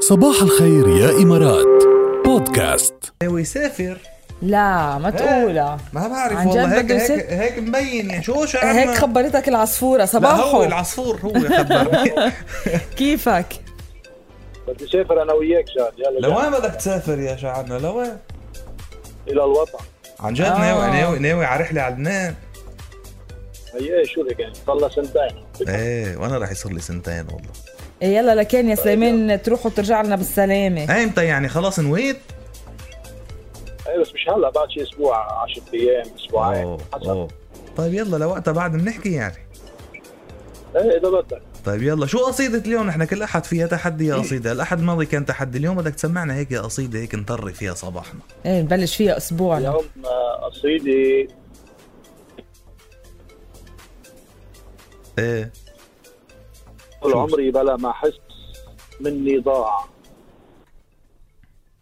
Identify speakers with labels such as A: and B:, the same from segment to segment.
A: صباح الخير يا إمارات بودكاست
B: هو يسافر
C: لا ما تقولها
B: ما بعرف
C: عن جد
B: والله هيك
C: بده
B: هيك,
C: يسافر؟
B: هيك مبين يعني شو شو عم-
C: هيك خبرتك العصفورة
B: لا هو
C: صباحو
B: العصفور هو خبرني
C: كيفك؟
D: بدي اسافر انا وياك جاد يلا جاد.
B: لوين بدك تسافر يا شعبنا لوين؟
D: الى الوطن
B: عن جد
C: آه.
B: ناوي ناوي ناوي على رحله على لبنان
D: هي ايه شو لك يعني صار لها سنتين
B: ايه وانا رح يصير لي سنتين والله
C: إيه يلا لكان يا سليمان تروح وترجع لنا بالسلامة
B: ايمتى يعني خلاص نويت؟
D: ايه بس مش هلا بعد شي اسبوع 10 ايام اسبوعين
B: أوه،
D: حسب
B: أوه. طيب يلا لوقتها بعد بنحكي يعني
D: ايه اذا بدك
B: طيب يلا شو قصيدة اليوم نحن كل أحد فيها تحدي يا قصيدة الأحد الماضي كان تحدي اليوم بدك تسمعنا هيك يا قصيدة هيك نطري فيها صباحنا
C: إيه نبلش فيها أسبوعنا
D: اليوم آه، قصيدة
B: ايه
D: طول
B: شو؟
D: عمري بلا ما احس مني ضاع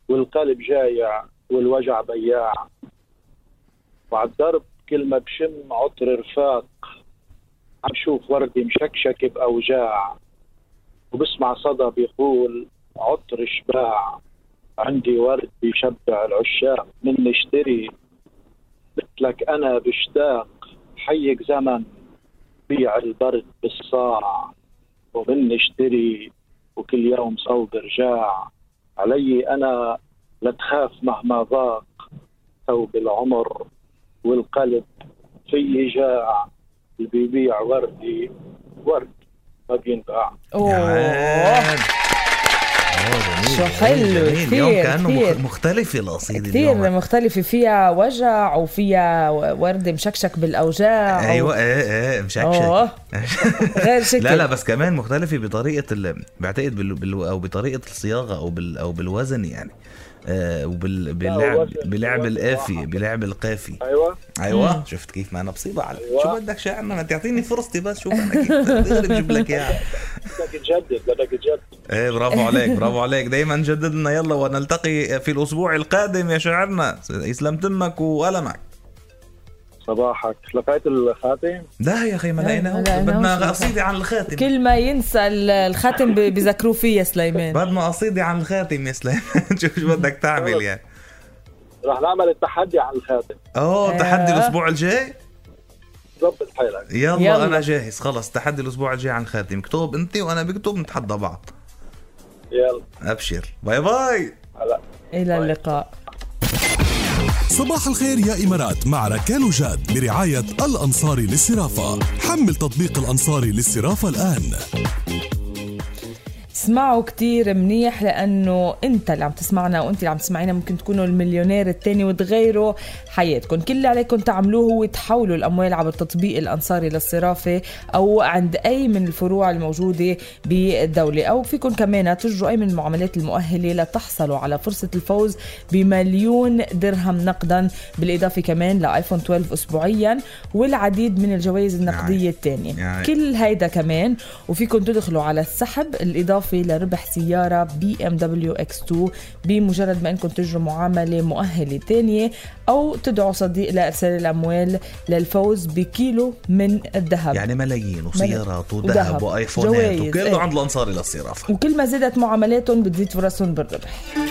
D: والقلب جايع والوجع بياع وعلى الدرب كل ما بشم عطر رفاق عم شوف وردي مشكشك باوجاع وبسمع صدى بيقول عطر شباع عندي ورد بيشبع العشاق مني اشتري مثلك انا بشتاق حيك زمن بيع البرد بالصاع ومن اشتري وكل يوم صوب رجاع علي انا لا تخاف مهما ضاق ثوب العمر والقلب في جاع اللي بيبيع وردي ورد ما بينباع
C: أوه
B: يعين. أوه، جميل.
C: شو حلو،
B: جميل. اليوم
C: كتير،
B: كأنه
C: كتير.
B: مخ- مختلفة القصيدة
C: كثير
B: اليوم
C: مختلفة فيها وجع وفيها وردة مشكشك بالأوجاع
B: ايوه ايه ايه مشكشك
C: أوه غير شكل
B: لا لا بس كمان مختلفة بطريقة ال... بعتقد بال... بال... او بطريقة الصياغة او بال... او بالوزن يعني آه وبال باللعب
D: وزن-
B: بلعب
D: وزن
B: القافي
D: واحد.
B: بلعب القافي
D: ايوه
B: ايوه شفت كيف ما انا بصيبة على
D: أيوة.
B: شو بدك شعرنا ما تعطيني فرصتي بس شوف انا كيف بقدر بجيب لك اياها
D: بدك تجدد بدك تجدد
B: ايه برافو عليك برافو عليك دايما جدد لنا يلا ونلتقي في الاسبوع القادم يا شاعرنا يسلم تمك وقلمك
D: صباحك لقيت الخاتم
B: لا يا اخي ما
C: لا،
B: لقيناهوش
C: ما لقيناهوش
B: بدنا
C: للخاتم.
B: قصيدة عن الخاتم
C: كل ما ينسى ال- الخاتم بي- بيذكروه فيه يا سليمان
B: بدنا قصيدة عن الخاتم يا سليمان شوف شو بدك تعمل يعني
D: رح نعمل التحدي عن الخاتم
B: اوه
C: آه.
B: تحدي الاسبوع الجاي
D: ظبط حالك
B: يلا, يلا
C: يلا.
B: انا جاهز خلص تحدي الاسبوع الجاي عن خاتم اكتب انت وانا بكتب نتحدى بعض
D: يلا
B: ابشر باي باي
D: هلا
C: إلى اللقاء
A: صباح الخير يا إمارات مع ركال وجاد برعاية الأنصاري للصرافة حمل تطبيق الأنصاري للصرافة الآن
C: اسمعوا كتير منيح لانه انت اللي عم تسمعنا وانت اللي عم تسمعينا ممكن تكونوا المليونير التاني وتغيروا حياتكم كل اللي عليكم تعملوه هو تحولوا الاموال عبر التطبيق الانصاري للصرافه او عند اي من الفروع الموجوده بالدوله او فيكم كمان تجروا اي من المعاملات المؤهله لتحصلوا على فرصه الفوز بمليون درهم نقدا بالاضافه كمان لايفون 12 اسبوعيا والعديد من الجوائز النقديه الثانيه
B: يعني-
C: كل هيدا كمان وفيكم تدخلوا على السحب الإضافة لربح سيارة بي ام دبليو اكس 2 بمجرد ما انكم تجروا معاملة مؤهلة تانية أو تدعوا صديق لإرسال الأموال للفوز بكيلو من الذهب يعني
B: يعني ملايين وسيارات وذهب
C: وذهب.
B: وايفونات
C: جوايز،
B: وكله
C: إيه.
B: عند الانصاري للصرافه
C: وكل ما زادت معاملاتهم بتزيد فرصهم بالربح